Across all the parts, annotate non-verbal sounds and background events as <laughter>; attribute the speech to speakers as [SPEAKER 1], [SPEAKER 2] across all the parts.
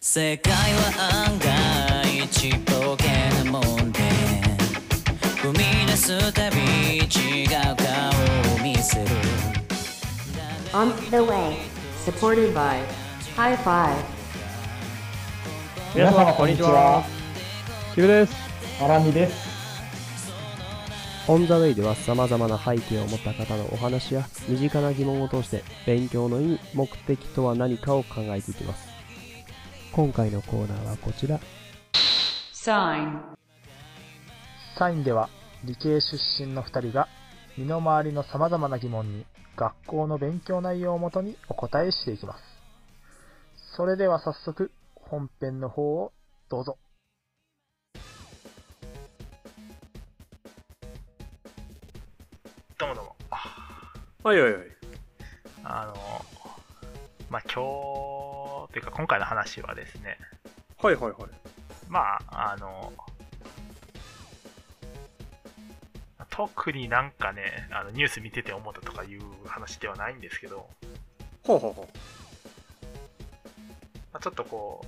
[SPEAKER 1] 世界は案外ちっぽけなもんで踏み出すたび違う顔を見せる
[SPEAKER 2] On the way, supported by High Five.
[SPEAKER 3] 皆様こんにちは。
[SPEAKER 4] キムです。
[SPEAKER 3] アラミです。
[SPEAKER 5] オン・ザ・ウェイでは様々な背景を持った方のお話や身近な疑問を通して勉強の意味、目的とは何かを考えていきます。今回のコーナーはこちら。
[SPEAKER 2] Sign.
[SPEAKER 6] サインでは理系出身の2人が身の回りの様々な疑問に学校の勉強内容をもとにお答えしていきます。それでは早速本編の方をどうぞ。どうもどうも。
[SPEAKER 4] はいはいはい。
[SPEAKER 6] あの、まあ、今日、というか今回の話はですね、
[SPEAKER 4] はいはいはい。
[SPEAKER 6] まあ、あの、特になんかね、あのニュース見てて思ったとかいう話ではないんですけど、
[SPEAKER 4] ほうほうほ
[SPEAKER 6] まあ、ちょっとこ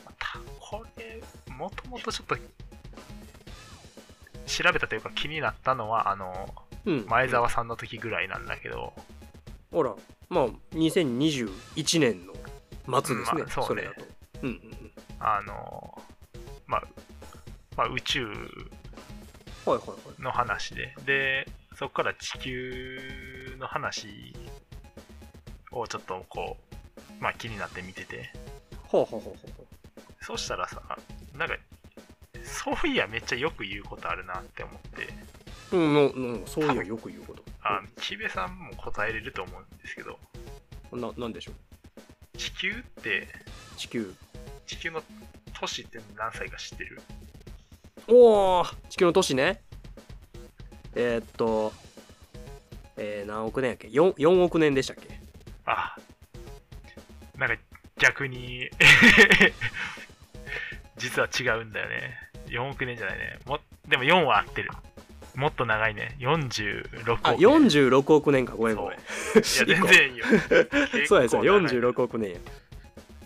[SPEAKER 6] う、またこれ、もともとちょっと、調べたというか気になったのは、あの、
[SPEAKER 4] う。うん。
[SPEAKER 6] 前澤さんの時ぐらいなんだけど、
[SPEAKER 4] ほら、まあ、2021年の末ですね、
[SPEAKER 6] まあそうね
[SPEAKER 4] れだと。うんうん
[SPEAKER 6] あの、まあ、まあ、宇宙
[SPEAKER 4] うん。はいはいはい。
[SPEAKER 6] の話で、で、そこから地球の話をちょっとこう、まあ気になって見てて、
[SPEAKER 4] ほうほうほうほ
[SPEAKER 6] そうしたらさ、なんか、そういやめっちゃよく言うことあるなって思って、
[SPEAKER 4] う。うん、の、の、そういうよく言うこと。
[SPEAKER 6] あの、木部さんも答えれると思うんですけど、
[SPEAKER 4] うんな、なんでしょう。
[SPEAKER 6] 地球って、
[SPEAKER 4] 地球。
[SPEAKER 6] 地球の都市って何歳か知ってる
[SPEAKER 4] おお地球の都市ね。えー、っと、えー、何億年やっけ 4, ?4 億年でしたっけ
[SPEAKER 6] あ、なんか逆に、実は違うんだよね。4億年じゃないね。も、でも4は合ってる。もっと長いね。46億
[SPEAKER 4] あ、
[SPEAKER 6] 年。
[SPEAKER 4] 46億年か。ごめんごめん。
[SPEAKER 6] そういや、全
[SPEAKER 4] <laughs>
[SPEAKER 6] 然いいよ。 <laughs>
[SPEAKER 4] そうや、そうや、
[SPEAKER 6] 結構長い
[SPEAKER 4] 46億年や。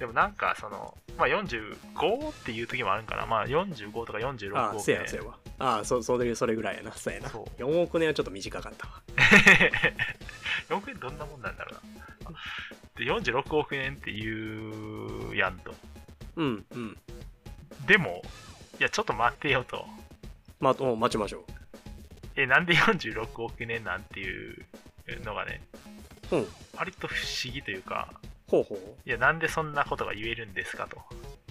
[SPEAKER 6] でもなんか、その、まあ、45っていう時もあるんかな。まあ、45とか46
[SPEAKER 4] あ
[SPEAKER 6] 億
[SPEAKER 4] せ
[SPEAKER 6] 年。
[SPEAKER 4] やせやわあそそれそれぐらいやなそうやな
[SPEAKER 6] そう
[SPEAKER 4] 4億年はちょっと短かったわ
[SPEAKER 6] 4億年どんなもんなんだろうな。で、46億年っていうやんと。
[SPEAKER 4] うんうん
[SPEAKER 6] でも、いや、ちょっと待ってよと。
[SPEAKER 4] まあお待ちましょ
[SPEAKER 6] え、なんで46億年なんていうのがね、
[SPEAKER 4] うん
[SPEAKER 6] 割と不思議というか、
[SPEAKER 4] うほうほう
[SPEAKER 6] いや、なんでそんなことが言えるんですかと。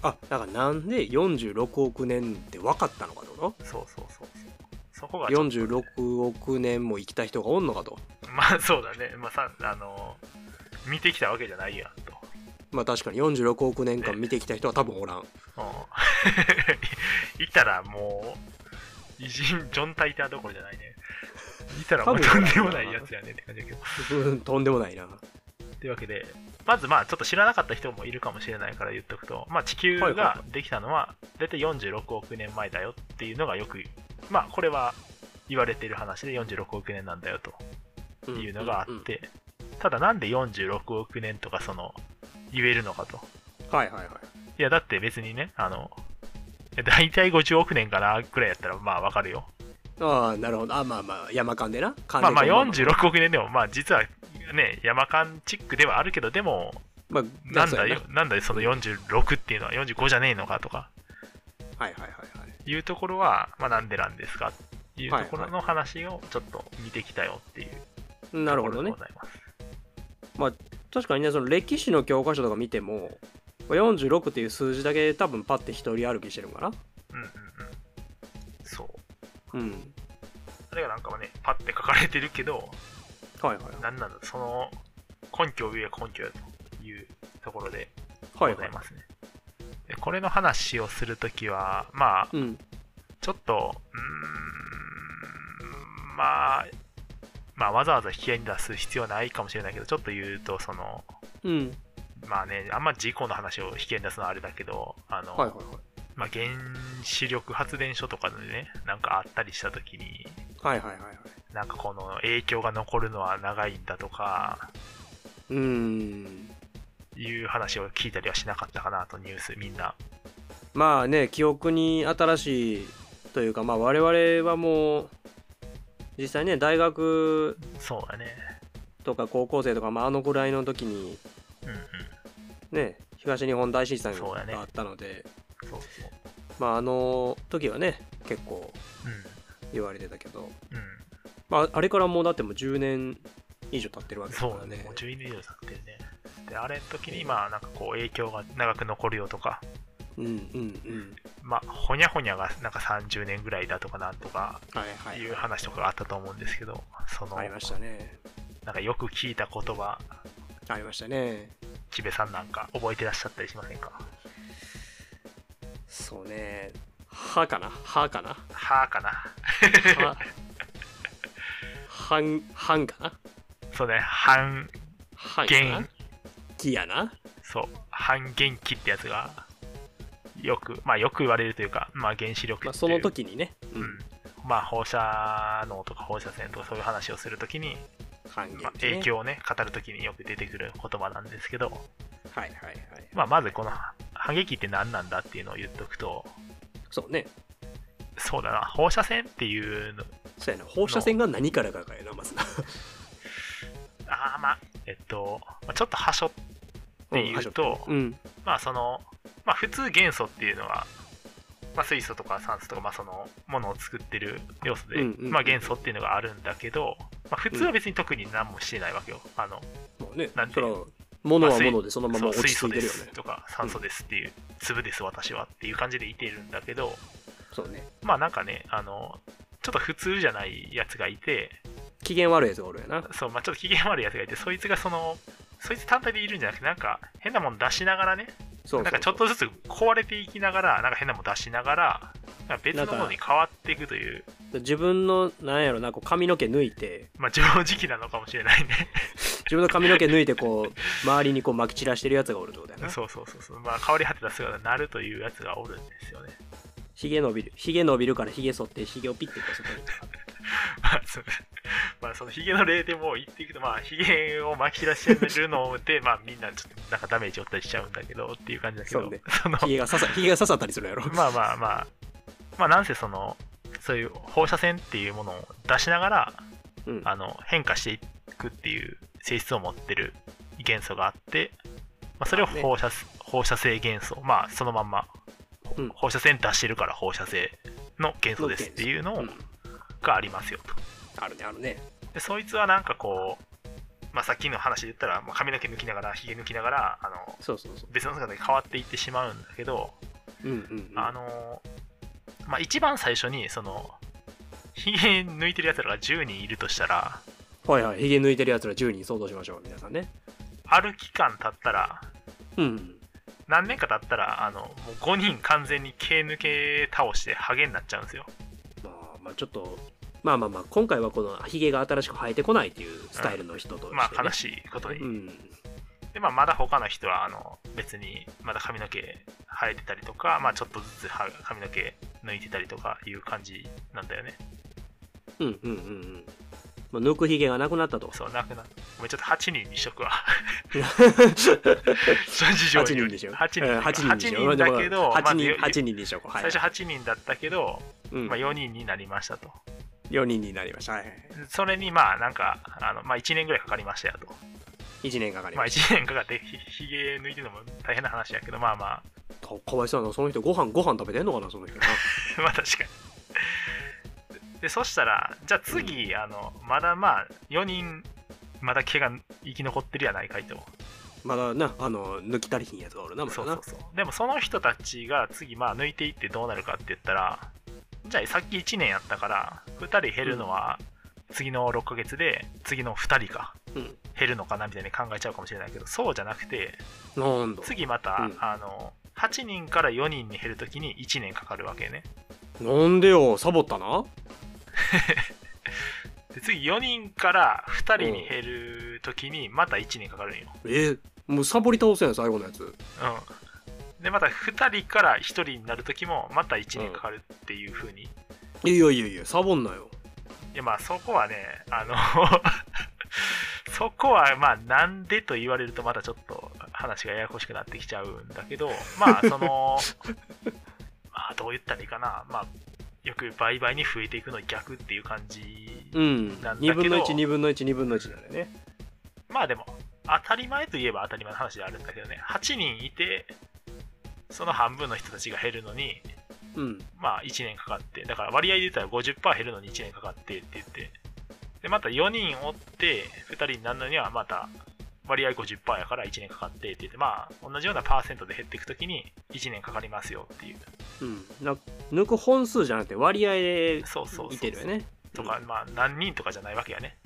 [SPEAKER 4] あだからなんで46億年って分かったのかってこ
[SPEAKER 6] そうそうそうそう。そことがちょっと、
[SPEAKER 4] 46億年も生きた人がおんのかと
[SPEAKER 6] まあそうだね。まあさ、あの、見てきたわけじゃないやんと。
[SPEAKER 4] まあ確かに46億年間見てきた人は多分おらん
[SPEAKER 6] うん <laughs> いたらもう、偉人、ジョン・タイターどころじゃないね。いたらもう
[SPEAKER 4] 多
[SPEAKER 6] とん
[SPEAKER 4] 分
[SPEAKER 6] でもないやつやねって感じだけど。
[SPEAKER 4] うんとんでもないな
[SPEAKER 6] というわけで、まずまあちょっと知らなかった人もいるかもしれないから言っとくと、まあ地球
[SPEAKER 4] はいはい
[SPEAKER 6] ができたのは大体46億年前だよっていうのがよく、まあこれは言われている話で46億年なんだよというのがあ
[SPEAKER 4] うん
[SPEAKER 6] っ
[SPEAKER 4] うん
[SPEAKER 6] て、ただなんで46億年とかその言えるのかと。
[SPEAKER 4] うんはいはいはい
[SPEAKER 6] いやだって別にね、あの、いや大体50億年かなくらいやったらまあわかるよ。
[SPEAKER 4] ああなるほどあまあまあ山間でな間
[SPEAKER 6] まあまあ
[SPEAKER 4] で
[SPEAKER 6] 46億年でもまあ実はね、山間チックではあるけど、でも
[SPEAKER 4] まあ
[SPEAKER 6] なんだ
[SPEAKER 4] そうや
[SPEAKER 6] よ、なんだよ、その46っていうのは45じゃねえのかとか
[SPEAKER 4] はいはいはいはい
[SPEAKER 6] いうところは、まあ、なんでなんですかっていうところの話をちょっと見てきたよっていう
[SPEAKER 4] な
[SPEAKER 6] と
[SPEAKER 4] る
[SPEAKER 6] こ
[SPEAKER 4] ほど
[SPEAKER 6] ろで
[SPEAKER 4] ね
[SPEAKER 6] ございます。
[SPEAKER 4] 確かにねその歴史の教科書とか見ても46っていう数字だけ多分パッて一人歩きしてるのか
[SPEAKER 6] うんうんうん。そう。
[SPEAKER 4] なうん
[SPEAKER 6] それがなんかね、パッて書かれてるけど、
[SPEAKER 4] はいはい
[SPEAKER 6] なんなんだ、その根拠を言え根拠やというところで
[SPEAKER 4] は
[SPEAKER 6] ご
[SPEAKER 4] いは
[SPEAKER 6] ざい
[SPEAKER 4] い
[SPEAKER 6] ますね。でこれの話をするときは、まあ、
[SPEAKER 4] うん
[SPEAKER 6] ちょっと、うーん、まあ、まあ、わざわざ引き合いに出す必要はないかもしれないけど、ちょっと言うと、その、
[SPEAKER 4] うん
[SPEAKER 6] まあね、あんま事故の話を引き合いに出すのはあれだけど、あの、
[SPEAKER 4] はいはいは
[SPEAKER 6] まあ、原子力発電所とかでね、なんかあったりしたときに、
[SPEAKER 4] いはいはいはいはい
[SPEAKER 6] なんかこの影響が残るのは長いんだとか、
[SPEAKER 4] うーん
[SPEAKER 6] いう話を聞いたりはしなかったかなとニュースみんな
[SPEAKER 4] まあね記憶に新しいというかまあ我々はもう実際ね大学
[SPEAKER 6] そうだね
[SPEAKER 4] とか高校生とか、まあ、あのぐらいの時に
[SPEAKER 6] うんうん
[SPEAKER 4] ね東日本大震災が
[SPEAKER 6] そうだね
[SPEAKER 4] あったので、
[SPEAKER 6] そうそう
[SPEAKER 4] まああの時はね結
[SPEAKER 6] う
[SPEAKER 4] 構言われてたけど、
[SPEAKER 6] ん
[SPEAKER 4] まあ、あれからもうだってもう10年以上経ってるわ
[SPEAKER 6] うん
[SPEAKER 4] けだか
[SPEAKER 6] そう
[SPEAKER 4] ら
[SPEAKER 6] だ
[SPEAKER 4] ね
[SPEAKER 6] ねもう12年以上経ってるねであれの時にまあなんかこう影響が長く残るよとか
[SPEAKER 4] うんうんうん
[SPEAKER 6] まあほにゃほにゃがなんか30年ぐらいだとかなんとか
[SPEAKER 4] はいはい
[SPEAKER 6] いう話とかがあったと思うんですけどその
[SPEAKER 4] ありましたね
[SPEAKER 6] なんかよく聞いた言葉
[SPEAKER 4] ありましたね
[SPEAKER 6] ちべさんなんか覚えてらっしゃったりしませんか
[SPEAKER 4] そうね歯かな歯
[SPEAKER 6] <laughs>
[SPEAKER 4] かな
[SPEAKER 6] はーかな
[SPEAKER 4] 歯はんはんかな
[SPEAKER 6] そうね半
[SPEAKER 4] 半かな
[SPEAKER 6] 減
[SPEAKER 4] 木やな
[SPEAKER 6] そう半減期ってやつがよくまあよく言われるというかまあ原子力っていう
[SPEAKER 4] まあ、その時にね、
[SPEAKER 6] う
[SPEAKER 4] う
[SPEAKER 6] んん、まあ放射能とか放射線とかそういう話をするときに、
[SPEAKER 4] 半減期ね
[SPEAKER 6] まあ、影響をね語るときによく出てくる言葉なんですけど、
[SPEAKER 4] はいはいはい
[SPEAKER 6] まあ、まずこの反撃って何なんだっていうのを言っとくと
[SPEAKER 4] そうね
[SPEAKER 6] そうだな放射線っていうの
[SPEAKER 4] そうやな放射線が何からかかやなまずな
[SPEAKER 6] ああまあえっと、まあ、ちょっと端折って言うと、
[SPEAKER 4] うん
[SPEAKER 6] まあその、まあ普通元素っていうのは、まあ水素とか酸素とか、まあそのものを作ってる要素で、
[SPEAKER 4] うんうん
[SPEAKER 6] まあ元素っていうのがあるんだけど、まあ普通は別に特に何もしてないわけよ。あの、
[SPEAKER 4] もうね
[SPEAKER 6] なんて
[SPEAKER 4] そ
[SPEAKER 6] いう
[SPEAKER 4] ら
[SPEAKER 6] の
[SPEAKER 4] 物
[SPEAKER 6] まあ
[SPEAKER 4] は
[SPEAKER 6] 水
[SPEAKER 4] 物でそのまま
[SPEAKER 6] そう
[SPEAKER 4] 落
[SPEAKER 6] 水
[SPEAKER 4] ち着
[SPEAKER 6] 素
[SPEAKER 4] いて
[SPEAKER 6] で
[SPEAKER 4] るよね
[SPEAKER 6] すとか酸素ですっていう、粒です私はっていう感じでいてるんだけど、
[SPEAKER 4] そうね
[SPEAKER 6] まあなんかね、あの、ちょっと普通じゃないやつがいて、
[SPEAKER 4] 機嫌悪いやつがおるやな
[SPEAKER 6] そう、まあちょっと機嫌悪いやつがいて、そいつがその、そいつ単体でいるんじゃなくて、なんか変なもの出しながらね、
[SPEAKER 4] そうそうそう
[SPEAKER 6] なんかちょっとずつ壊れていきながら、なんか変なもん出しながら、なんか別のものに変わっていくという、
[SPEAKER 4] 自分のなんやろなこう髪の毛抜いて
[SPEAKER 6] まあ常識なのかもしれないね。
[SPEAKER 4] 自分の髪の毛抜いてこ
[SPEAKER 6] <laughs>
[SPEAKER 4] う周りにこう撒き散らしてるやつがおるってことやな
[SPEAKER 6] そうそうそうそう、まあ変わり果てた姿になるというやつがおるんですよね。 <laughs>
[SPEAKER 4] ひげ伸びるひげ伸びるからひげ剃ってひげをピッてこうそこに
[SPEAKER 6] まあその、まあ、そのヒゲの例でも言っていくと、まあヒゲを巻き散らしてるので、まあみんなちょっとなんかダメージ負ったりしちゃうんだけどっていう感じだけど、
[SPEAKER 4] そうね
[SPEAKER 6] その <laughs>
[SPEAKER 4] ひげが刺さひげが刺さったりするやろ
[SPEAKER 6] まあまあまあ、まあなんせその、そういう放射線っていうものを出しながら、
[SPEAKER 4] うん
[SPEAKER 6] あの変化していくっていう性質を持ってる元素があって、まあ、それを
[SPEAKER 4] あね
[SPEAKER 6] 放射,、放射性元素まあそのまんま、
[SPEAKER 4] うん
[SPEAKER 6] 放射線出してるから放射性の元素ですっていうの
[SPEAKER 4] うん
[SPEAKER 6] がありますよと
[SPEAKER 4] あるねあるね
[SPEAKER 6] でそいつはなんかこう、まあ、さっきの話で言ったら、まあ、髪の毛抜きながらひげ抜きながらあの
[SPEAKER 4] そうそうそ
[SPEAKER 6] 別の姿に変わっていってしまうんだけど、
[SPEAKER 4] ううんうんうん
[SPEAKER 6] あのまあ一番最初にそのひげ抜いてるやつらが10人いるとしたら
[SPEAKER 4] はいはいひげ抜いてるやつら10人想像しましょう皆さんね
[SPEAKER 6] ある期間経ったら
[SPEAKER 4] うん
[SPEAKER 6] 何年か経ったらあのもう5人完全に毛抜け倒してハゲになっちゃうんですよ
[SPEAKER 4] まあまあちょっとまあまあまあ今回はこのひげが新しく生えてこないっていうスタイルの人として、ね
[SPEAKER 6] まあ悲しいことに、
[SPEAKER 4] うん
[SPEAKER 6] で、まあ、まだ他の人はあの別にまだ髪の毛生えてたりとか、まあ、ちょっとずつは髪の毛抜いてたりとかいう感じなんだよね
[SPEAKER 4] うんうんうんうんまあ抜くひげがなくなったと
[SPEAKER 6] そうなくなごめんちょっと8人にしと
[SPEAKER 4] <laughs>
[SPEAKER 6] くわ諸事情
[SPEAKER 4] 8
[SPEAKER 6] によ
[SPEAKER 4] 人
[SPEAKER 6] り
[SPEAKER 4] でしょ
[SPEAKER 6] 8人
[SPEAKER 4] うん八人でしょ
[SPEAKER 6] 8人だけど
[SPEAKER 4] 8
[SPEAKER 6] ま
[SPEAKER 4] 人
[SPEAKER 6] あ
[SPEAKER 4] 八人でしょはい
[SPEAKER 6] 最初8人だったけど、
[SPEAKER 4] うん
[SPEAKER 6] まあ、4人になりましたと
[SPEAKER 4] 4人になりましたはい
[SPEAKER 6] それにまあなんかあの、まあ、1年ぐらいかかりましたよと
[SPEAKER 4] 1年かかり
[SPEAKER 6] まあ
[SPEAKER 4] まし
[SPEAKER 6] 1年かかってひひげ抜いてるのも大変な話やけどまあま <laughs> あ
[SPEAKER 4] たかかわいそうやなその人ご飯ご飯食べてんのかなその
[SPEAKER 6] <laughs>
[SPEAKER 4] 人な
[SPEAKER 6] まあ確かにでそしたらじゃあ次、あのまだまあ4人まだ毛が生き残ってるやないかいと
[SPEAKER 4] まだなあの抜き足りひんやつがおるなまだ
[SPEAKER 6] そ
[SPEAKER 4] な
[SPEAKER 6] うそうそうでもその人たちが次まあ抜いていってどうなるかって言ったらじゃあさっき1年やったから2人減るのは次の6ヶ月で次の2人か
[SPEAKER 4] うん
[SPEAKER 6] 減るのかなみたいに考えちゃうかもしれないけどそうじゃなくて
[SPEAKER 4] なんだ
[SPEAKER 6] 次また、
[SPEAKER 4] うん
[SPEAKER 6] あの8人から4人に減るときに1年かかるわけね
[SPEAKER 4] なんでよサボったな
[SPEAKER 6] で次4人から2人に減るときにまた1年かかるんよ、
[SPEAKER 4] えもうサボり倒せん最後のやつ
[SPEAKER 6] うん、でまた2人から1人になるときもまた1年かかるっていうふうに、い
[SPEAKER 4] いやいやいやサボんなよ
[SPEAKER 6] やまあそこはね <laughs> あのそこはまあなんでと言われるとまたちょっと話がややこしくなってきちゃうんだけど、まあ、その、 <laughs> まあ、どう言ったらいいかな、まあ、よく倍々に増えていくのに逆っていう感じ、
[SPEAKER 4] うん
[SPEAKER 6] なんだけ
[SPEAKER 4] 2
[SPEAKER 6] ど
[SPEAKER 4] 分の12分の12分の1なんだよね
[SPEAKER 6] まあでも、当たり前といえば当たり前の話ではあるんだけどね、8人いて、その半分の人たちが減るのに、
[SPEAKER 4] うん
[SPEAKER 6] まあ1年かかって、だから割合で言ったら50%減るのに1年かかってって言って、で、また4人おって、2人になるのにはまた割合50%やから1年かかってって言って、まあ同じようなパーセントで減っていくときに1年かかりますよっていう。
[SPEAKER 4] うんな抜く本数じゃなくて割合で
[SPEAKER 6] そうそうそう
[SPEAKER 4] いてるよね
[SPEAKER 6] とか、まあ何人とかじゃないわけやね。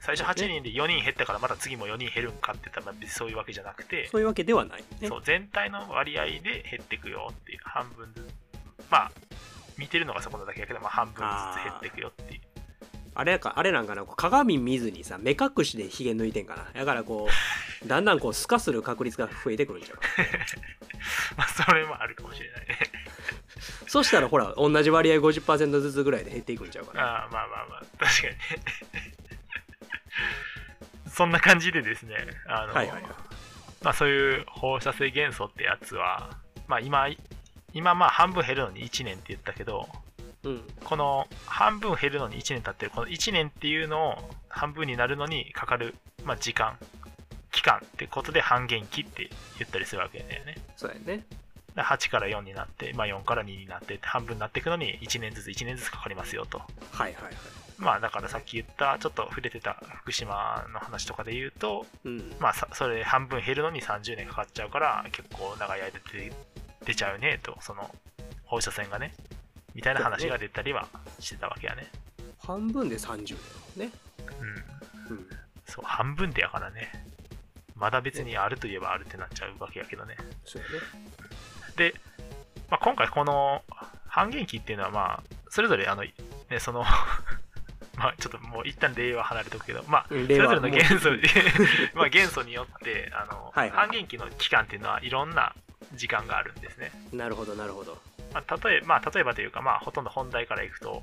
[SPEAKER 6] 最初8人で4人減ったからまた次も4人減るんかって言ったらまあ別にそういうわけじゃなくて、
[SPEAKER 4] そういうわけではないね
[SPEAKER 6] そう全体の割合で減っていくよっていう半分ずつまあ見てるのがそこなだけやけど、まあ、半分ずつ減っていくよっていう
[SPEAKER 4] あれやかあれなんかなこう鏡見ずにさ目隠しでひげ抜いてんかなだからこうだんだんこうスカする確率が増えてくるんちゃう
[SPEAKER 6] まあそれもあるかもしれないね <laughs>
[SPEAKER 4] そしたらほら同じ割合50%ずつぐらいで減っていくんちゃうかな
[SPEAKER 6] ああまあまあまあ確かにね <laughs> そんな感じでですねあの、
[SPEAKER 4] はいはいはい
[SPEAKER 6] まあ、そういう放射性元素ってやつは、まあ、今今まあ半分減るのに1年って言ったけど
[SPEAKER 4] うん
[SPEAKER 6] この半分減るのに1年経ってるこの1年っていうのを半分になるのにかかる、まあ、時間期間ってことで半減期って言ったりするわけだよね
[SPEAKER 4] そうやね
[SPEAKER 6] だから8から4になって、まあ、4から2になってって半分になっていくのに1年ずつ1年ずつかかりますよと
[SPEAKER 4] はいはいはい
[SPEAKER 6] まあだからさっき言ったちょっと触れてた福島の話とかで言うと
[SPEAKER 4] うん
[SPEAKER 6] まあさそれ半分減るのに30年かかっちゃうから結構長い間出出ちゃうねとその放射線がねみたいな話が出たりはしてたわけやね
[SPEAKER 4] 半分で30だよね
[SPEAKER 6] うん
[SPEAKER 4] うん
[SPEAKER 6] そう、半分でやからね。まだ別にあるといえばあるってなっちゃうわけやけどね。
[SPEAKER 4] そうやね
[SPEAKER 6] で、まあ、今回この半減期っていうのはまあ、それぞれあの、ね、その、 <laughs> まあちょっともう一旦例は離れとくけど、まあ、そ
[SPEAKER 4] うん
[SPEAKER 6] れ
[SPEAKER 4] 令和
[SPEAKER 6] ぞれの元素に <laughs> まあ元素によって、あの、
[SPEAKER 4] はいはい
[SPEAKER 6] 半減期の期間っていうのはいろんな時間があるんですね。
[SPEAKER 4] なるほどなるほど
[SPEAKER 6] まあ、例えまあ、例えばというか、まあ、ほとんど本題からいくと、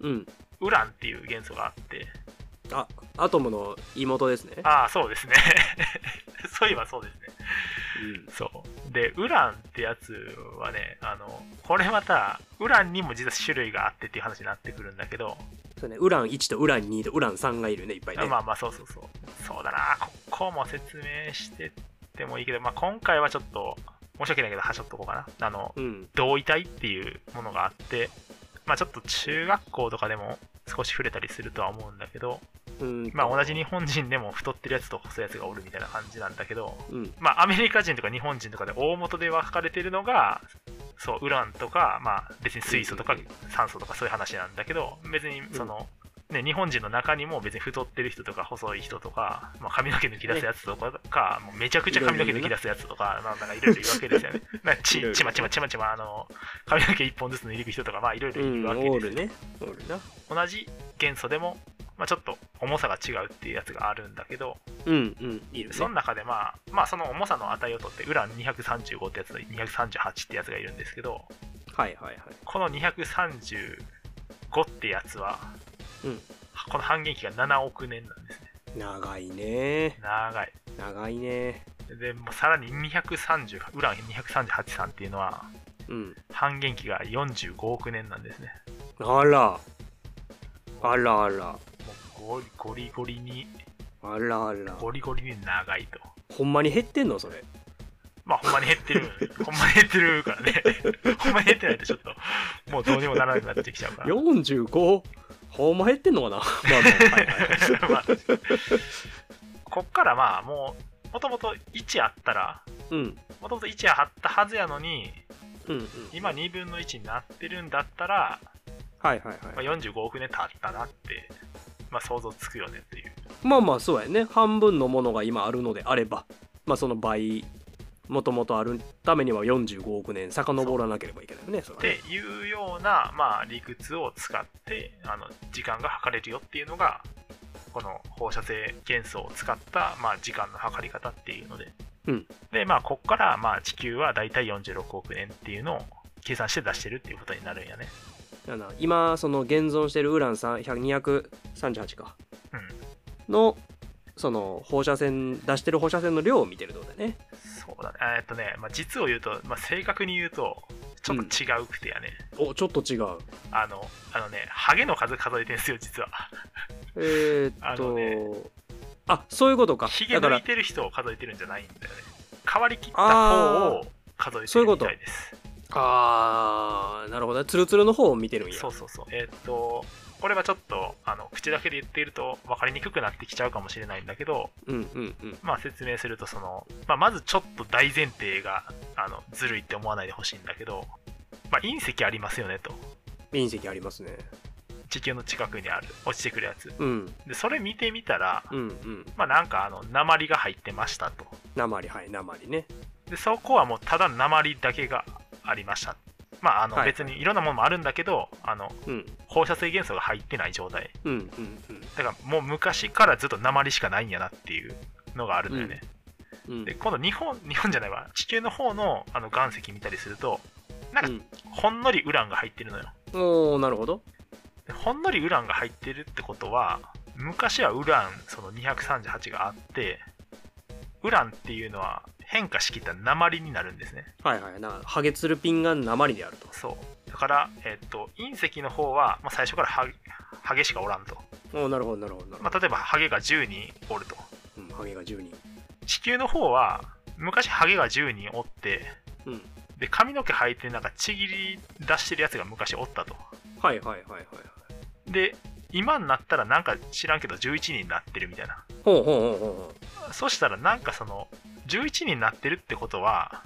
[SPEAKER 4] うん
[SPEAKER 6] ウランっていう元素があって、
[SPEAKER 4] あアトムの妹ですね
[SPEAKER 6] ああ、そうですね。 <laughs> そういえばそうですね。そう。で、ウランってやつはね、あの、これまた、ウランにも実は種類があってっていう話になってくるんだけど、
[SPEAKER 4] そうねウラン1とウラン2とウラン3がいるねいっぱいね、
[SPEAKER 6] まあまあ、そうそうそう。そうだな、ここも説明してってもいいけど、まあ今回はちょっと、申し訳ないけど、はしょっとこうかな。あの、
[SPEAKER 4] うん
[SPEAKER 6] 同位体っていうものがあって、まあちょっと中学校とかでも少し触れたりするとは思うんだけど、
[SPEAKER 4] うん
[SPEAKER 6] まあ同じ日本人でも太ってるやつと細いやつがおるみたいな感じなんだけど、
[SPEAKER 4] うん
[SPEAKER 6] まあ、アメリカ人とか日本人とかで大元で分かれてるのが、そう、ウランとか、まあ、別に水素とか
[SPEAKER 4] うんうん
[SPEAKER 6] 酸素とかそういう話なんだけど、別にその、ね、日本人の中にも別に太ってる人とか細い人とか、まあ、髪の毛抜き出すやつとかか、もうめちゃくちゃ髪の毛抜き出すやつとか、なんだかいろいろいるわけです
[SPEAKER 4] <laughs>
[SPEAKER 6] よね。なんか
[SPEAKER 4] いろい
[SPEAKER 6] ち
[SPEAKER 4] ろ
[SPEAKER 6] ちまちまちまちま、あの、髪の毛一本ずつ抜いていく人とか、まあ、いろいろ
[SPEAKER 4] う
[SPEAKER 6] い
[SPEAKER 4] ん
[SPEAKER 6] るわけ
[SPEAKER 4] オー
[SPEAKER 6] です
[SPEAKER 4] ルねオールな
[SPEAKER 6] 同じ元素でも、まあ、ちょっと重さが違うっていうやつがあるんだけど、
[SPEAKER 4] うんうんいるね
[SPEAKER 6] その中でまあ、まあその重さの値を取って、ウラン235ってやつと238ってやつがいるんですけど、
[SPEAKER 4] はいはいはい
[SPEAKER 6] この235ってやつは、
[SPEAKER 4] うん
[SPEAKER 6] この半減期が7億年なんですね。
[SPEAKER 4] 長いね
[SPEAKER 6] 長い。
[SPEAKER 4] 長いね
[SPEAKER 6] で、もうさらに230、ウラン238さんっていうのは、
[SPEAKER 4] うん
[SPEAKER 6] 半減期が45億年なんですね。
[SPEAKER 4] あらあらあら
[SPEAKER 6] もうゴリゴリゴリに、
[SPEAKER 4] あらあら
[SPEAKER 6] ゴリゴリに長いと。
[SPEAKER 4] ほんまに減ってんのそれ
[SPEAKER 6] まあほんまに減ってる。ほんまに減ってるからね。 <laughs> ほんまに減ってないとちょっと、もうどうにもならなくなってきちゃうから。
[SPEAKER 4] 45ほんま減ってん <laughs> のかなまあまあはいは
[SPEAKER 6] <laughs>
[SPEAKER 4] い
[SPEAKER 6] まあこっからまあもうもともと1あったら
[SPEAKER 4] うん
[SPEAKER 6] もともと1あったはずやのに
[SPEAKER 4] うんうん
[SPEAKER 6] 今2分の1になってるんだったら、
[SPEAKER 4] はいはい
[SPEAKER 6] ま
[SPEAKER 4] は
[SPEAKER 6] あ、
[SPEAKER 4] い
[SPEAKER 6] 45億年経ったなって、まあ、想像つくよねっていう
[SPEAKER 4] まあまあそうやね半分のものが今あるのであればまあその倍もともとあるためには45億年遡らなければいけないよねそれはね
[SPEAKER 6] っていうような、まあ、理屈を使ってあの時間が測れるよっていうのがこの放射性元素を使った、まあ、時間の測り方っていうので、
[SPEAKER 4] うん
[SPEAKER 6] でまあこっから、まあ、地球はだいたい46億年っていうのを計算して出してるっていうことになるんやね
[SPEAKER 4] だな今その現存してるウラン3 238か
[SPEAKER 6] うん
[SPEAKER 4] のその放射線出してる放射線の量を見てるってことだね
[SPEAKER 6] そうだね。あえっとね、まあ、実を言うと、まあ、正確に言うと、ちょっと違うくてやね、
[SPEAKER 4] おちょっと違う
[SPEAKER 6] あの、あのね、ハゲの数数えてんすよ、実は。
[SPEAKER 4] えー、っ
[SPEAKER 6] あ
[SPEAKER 4] とあ,、
[SPEAKER 6] のね
[SPEAKER 4] そういうことか
[SPEAKER 6] ヒゲ
[SPEAKER 4] だか
[SPEAKER 6] 抜
[SPEAKER 4] ら
[SPEAKER 6] いてる人を数えてるんじゃないんだよね。変わりきった方を数えてるみたいです。
[SPEAKER 4] あーなるほどねツルツルの方を見てるんや
[SPEAKER 6] そうそうそう。えっと、これはちょっと、あの、口だけで言っていると分かりにくくなってきちゃうかもしれないんだけど、
[SPEAKER 4] うんうんうん
[SPEAKER 6] まあ説明すると、その、まあまずちょっと大前提が、あの、ずるいって思わないでほしいんだけど、まあ隕石ありますよねと。
[SPEAKER 4] 隕石ありますね
[SPEAKER 6] 地球の近くにある、落ちてくるやつ。
[SPEAKER 4] うん
[SPEAKER 6] で、それ見てみたら、
[SPEAKER 4] うんうん
[SPEAKER 6] まあなんかあの、鉛が入ってましたと。
[SPEAKER 4] 鉛はい鉛ね
[SPEAKER 6] でそこはもうただ鉛だけがありましたまああの
[SPEAKER 4] はい
[SPEAKER 6] 別にいろんなものもあるんだけどあの
[SPEAKER 4] うん
[SPEAKER 6] 放射性元素が入ってない状態
[SPEAKER 4] うんうんうん
[SPEAKER 6] だからもう昔からずっと鉛しかないんやなっていうのがあるんだよね、
[SPEAKER 4] うん
[SPEAKER 6] で今度日本日本じゃないわ地球の方のあの岩石見たりするとなん
[SPEAKER 4] う
[SPEAKER 6] か
[SPEAKER 4] ん
[SPEAKER 6] ほんのりウランが入ってるのよ
[SPEAKER 4] おーなるほど
[SPEAKER 6] でほんのりウランが入ってるってことは昔はウランその238があってウランっていうのは変化しきった鉛になるんですね
[SPEAKER 4] はいはいなハゲツルピンが鉛であると
[SPEAKER 6] そうだから、えっと隕石の方は、まあ、最初からハゲハゲしかおらんと、
[SPEAKER 4] おーなるほどなるほどなるほ
[SPEAKER 6] まあ、例えばハゲが10人おると
[SPEAKER 4] ど、うん、ハゲが10人
[SPEAKER 6] 地球の方は昔ハゲが10人おって、
[SPEAKER 4] うん
[SPEAKER 6] で髪の毛生えてなんかちぎり出してるやつが昔おったと
[SPEAKER 4] はいはいはいはいはい
[SPEAKER 6] で今になったらなんか知らんけど11人になってるみたいな
[SPEAKER 4] ほうほうほうほうほ
[SPEAKER 6] そしたらなんかその11人になってるってことは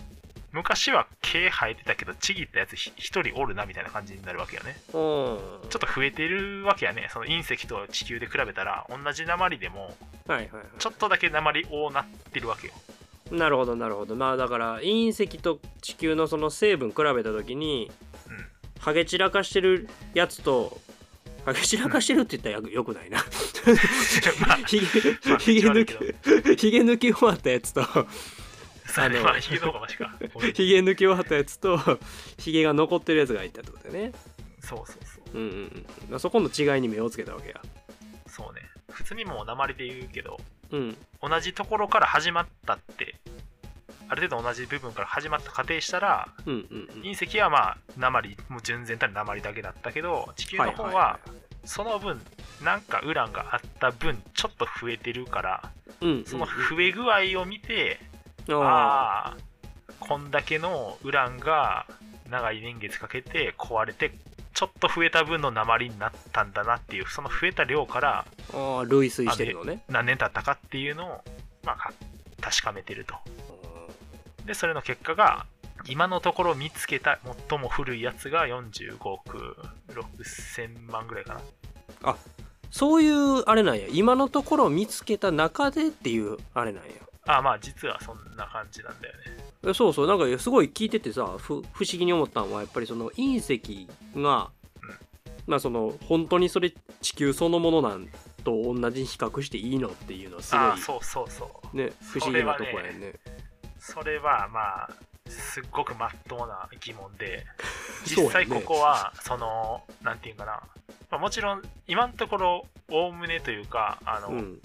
[SPEAKER 6] 昔は毛生えてたけどちぎったやつひ1人おるなみたいな感じになるわけよね
[SPEAKER 4] ううん
[SPEAKER 6] ちょっと増えてるわけやねその隕石と地球で比べたら同じ鉛でも
[SPEAKER 4] はいはいはい
[SPEAKER 6] ちょっとだけ鉛多なってるわけよ <laughs>
[SPEAKER 4] なるほどなるほどまあだから隕石と地球のその成分比べた時に、
[SPEAKER 6] うん
[SPEAKER 4] ハゲ散らかしてるやつとハゲ散らかしてるって言ったらよくよくないな
[SPEAKER 6] まあ
[SPEAKER 4] ひげ
[SPEAKER 6] まあ
[SPEAKER 4] <laughs> ひげ抜
[SPEAKER 6] 気持ち悪い
[SPEAKER 4] きひげ抜き終わったやつと
[SPEAKER 6] そうね
[SPEAKER 4] あの
[SPEAKER 6] まあヒゲの方がマシかごめん
[SPEAKER 4] <laughs> ひげ抜き終わったやつとひげが残ってるやつがいたってことだよね
[SPEAKER 6] そうそうそう
[SPEAKER 4] うんうんうん、まあ、そこの違いに目をつけたわけや
[SPEAKER 6] そうね普通にもう鉛で言うけど
[SPEAKER 4] うん
[SPEAKER 6] 同じところから始まったってある程度同じ部分から始まった仮定したら
[SPEAKER 4] うんうんうん
[SPEAKER 6] 隕石はまあ鉛もう純然たる鉛だけだったけど地球の方
[SPEAKER 4] いは
[SPEAKER 6] はその分なんかウランがあった分ちょっと増えてるから
[SPEAKER 4] いうん
[SPEAKER 6] その
[SPEAKER 4] うん
[SPEAKER 6] 増え具合を見て
[SPEAKER 4] うんあ
[SPEAKER 6] ああこんだけのウランが長い年月かけて壊れてちょっと増えた分の鉛になったんだなっていうその増えた量から
[SPEAKER 4] ーあー類推してるのね
[SPEAKER 6] 何年経ったかっていうのを、まあ、か確かめてるとでそれの結果が今のところ見つけた最も古いやつが45億6000万ぐらいかな
[SPEAKER 4] そういうあれなんや今のところ見つけた中でっていうあれなんや
[SPEAKER 6] ああまあ実はそんな感じなんだよね
[SPEAKER 4] えそうそうなんかすごい聞いててさふ不思議に思ったのはやっぱりその隕石が、まあその本当にそれ地球そのものなんと同じに比較していいのっていうのはす
[SPEAKER 6] ああ
[SPEAKER 4] ご
[SPEAKER 6] そうそうそう
[SPEAKER 4] いね不思議なとこやね
[SPEAKER 6] それはまあすっごくまっとうな疑問で
[SPEAKER 4] <laughs> そ
[SPEAKER 6] 実
[SPEAKER 4] うやね
[SPEAKER 6] 際ここはそのなんていうんかな、まあ、もちろん今のところおおむねというかあの、
[SPEAKER 4] うん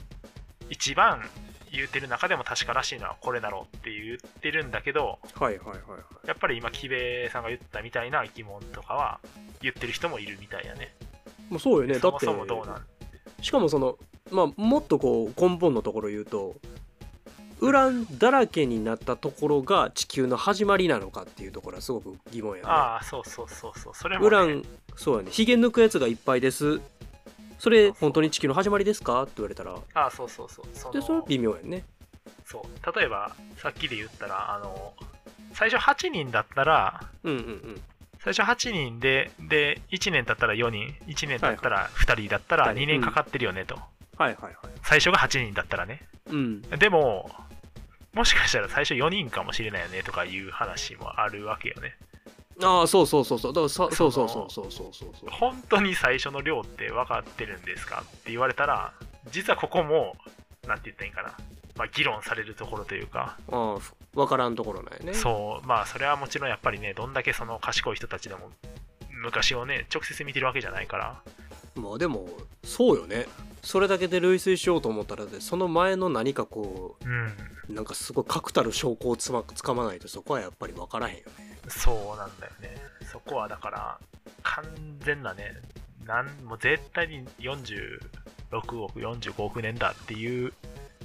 [SPEAKER 6] 一番言ってる中でも確からしいのはこれだろうって言ってるんだけど
[SPEAKER 4] はいはいはいはい
[SPEAKER 6] やっぱり今木部さんが言ったみたいな疑問とかは言ってる人もいるみたいやね
[SPEAKER 4] もうそうよねだ
[SPEAKER 6] そ
[SPEAKER 4] っ
[SPEAKER 6] も
[SPEAKER 4] て
[SPEAKER 6] そもどうなん
[SPEAKER 4] しかもその、まあ、もっとこう根本のところを言うとウランだらけになったところが地球の始まりなのかっていうところはすごく疑問やね
[SPEAKER 6] ああそうそうそうそうそれも、ね、
[SPEAKER 4] ウランそうやねヒゲ抜くやつがいっぱいですそれ本当に地球の始まりですかって言われたら
[SPEAKER 6] ああそうそうそうそ
[SPEAKER 4] で
[SPEAKER 6] の
[SPEAKER 4] それは微妙やね
[SPEAKER 6] そう例えばさっきで言ったらあの最初8人だったら
[SPEAKER 4] うんうんうん
[SPEAKER 6] 最初8人でで1年経ったら4人1年経ったら2人だったら
[SPEAKER 4] はい
[SPEAKER 6] 2年かかってるよねと、
[SPEAKER 4] はいはいはい
[SPEAKER 6] 最初が8人だったらね
[SPEAKER 4] うん
[SPEAKER 6] でももしかしたら最初4人かもしれないよねとかいう話もあるわけよね
[SPEAKER 4] ああそうそうそうそうだからさそうそうそうそうそうそうそう
[SPEAKER 6] 本当に最初の量って分かってるんですかって言われたら実はここもなんて言ったらいいんかなまあ議論されるところというか
[SPEAKER 4] ああふわからんところなんやね
[SPEAKER 6] そうまあそれはもちろんやっぱりねどんだけその賢い人たちでも昔をね直接見てるわけじゃないから
[SPEAKER 4] まあでもそうよねそれだけで類推しようと思ったらでその前の何かこ
[SPEAKER 6] うん、
[SPEAKER 4] うなんかすごい確たる証拠をつまつかまないとそこはやっぱり分からへんよね
[SPEAKER 6] そうなんだよね。そこはだから、完全なね、なんもう絶対に46億、45億年だっていう、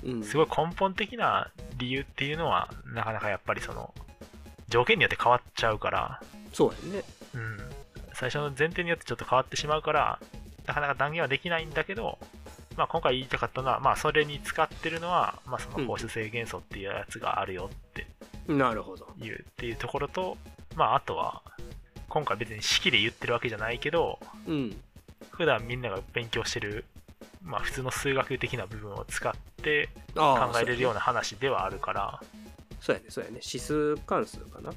[SPEAKER 4] うん
[SPEAKER 6] すごい根本的な理由っていうのは、なかなかやっぱりその、条件によって変わっちゃうから、
[SPEAKER 4] そうやね
[SPEAKER 6] うん、最初の前提によってちょっと変わってしまうから、なかなか断言はできないんだけど、まあ、今回言いたかったのは、まあ、それに使ってるのは、まあ、その放出性元素っていうやつがあるよって
[SPEAKER 4] なるほど
[SPEAKER 6] いうっていうところと、まあ、あとは、今回別に式で言ってるわけじゃないけど、
[SPEAKER 4] うん
[SPEAKER 6] 普段みんなが勉強してる、まあ、普通の数学的な部分を使って考
[SPEAKER 4] ああ
[SPEAKER 6] えれるような話ではあるから、
[SPEAKER 4] そうやねそうやね指数関数かな、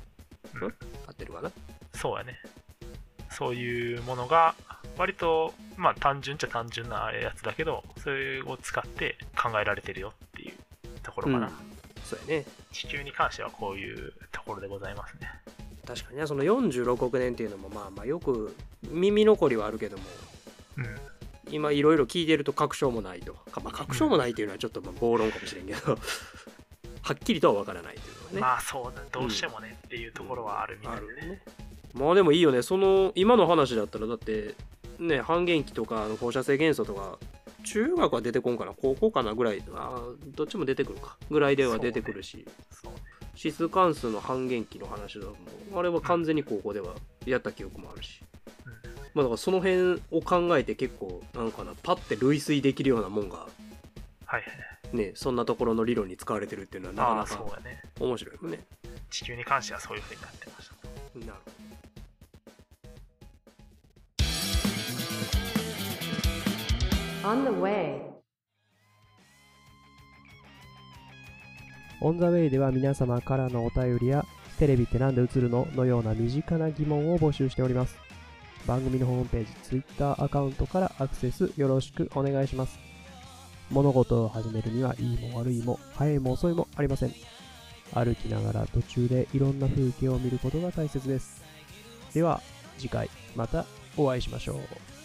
[SPEAKER 6] うん
[SPEAKER 4] ん、合ってるかな
[SPEAKER 6] そうやね。そういうものが、割と、まあ単純っちゃ単純なやつだけど、それを使って考えられてるよっていうところかな。
[SPEAKER 4] うんそうやね
[SPEAKER 6] 地球に関してはこういうところでございますね。
[SPEAKER 4] 確かにねその46億年っていうのもまあまあよく耳残りはあるけども
[SPEAKER 6] うん。
[SPEAKER 4] 今いろいろ聞いてると確証もないとか、まあ、確証もないというのはちょっとまあ暴論かもしれんけ <laughs> どはっきりとは分からないというのがね、
[SPEAKER 6] まあそうだ、どうしてもねっていうところはあるみたいな、
[SPEAKER 4] あ
[SPEAKER 6] ね
[SPEAKER 4] るねまあでもいいよねその今の話だったらだってね半減期とかあの放射性元素とか中学は出てこんかな高校かなぐらいあーどっちも出てくるかぐらいでは出てくるし、
[SPEAKER 6] そうね
[SPEAKER 4] 指数関数の半減期の話だともうあれは完全に高校ではやった記憶もあるし、
[SPEAKER 6] うん
[SPEAKER 4] まあだからその辺を考えて結構なんかなパッて類推できるようなもんが
[SPEAKER 6] はいはい。
[SPEAKER 4] ねそんなところの理論に使われてるっていうのは
[SPEAKER 6] あ
[SPEAKER 4] な
[SPEAKER 6] あ、
[SPEAKER 4] かな
[SPEAKER 6] そう
[SPEAKER 4] か
[SPEAKER 6] やね。
[SPEAKER 4] 面白いよね。
[SPEAKER 6] 地球に関してはそういうふうになってました。
[SPEAKER 4] なるほど
[SPEAKER 2] On the way.
[SPEAKER 5] オンザウェイでは皆様からのお便りや、テレビってなんで映るののような身近な疑問を募集しております。番組のホームページ、Twitter アカウントからアクセスよろしくお願いします。物事を始めるには、いいも悪いも、早いも遅いもありません。歩きながら途中でいろんな風景を見ることが大切です。では、次回またお会いしましょう。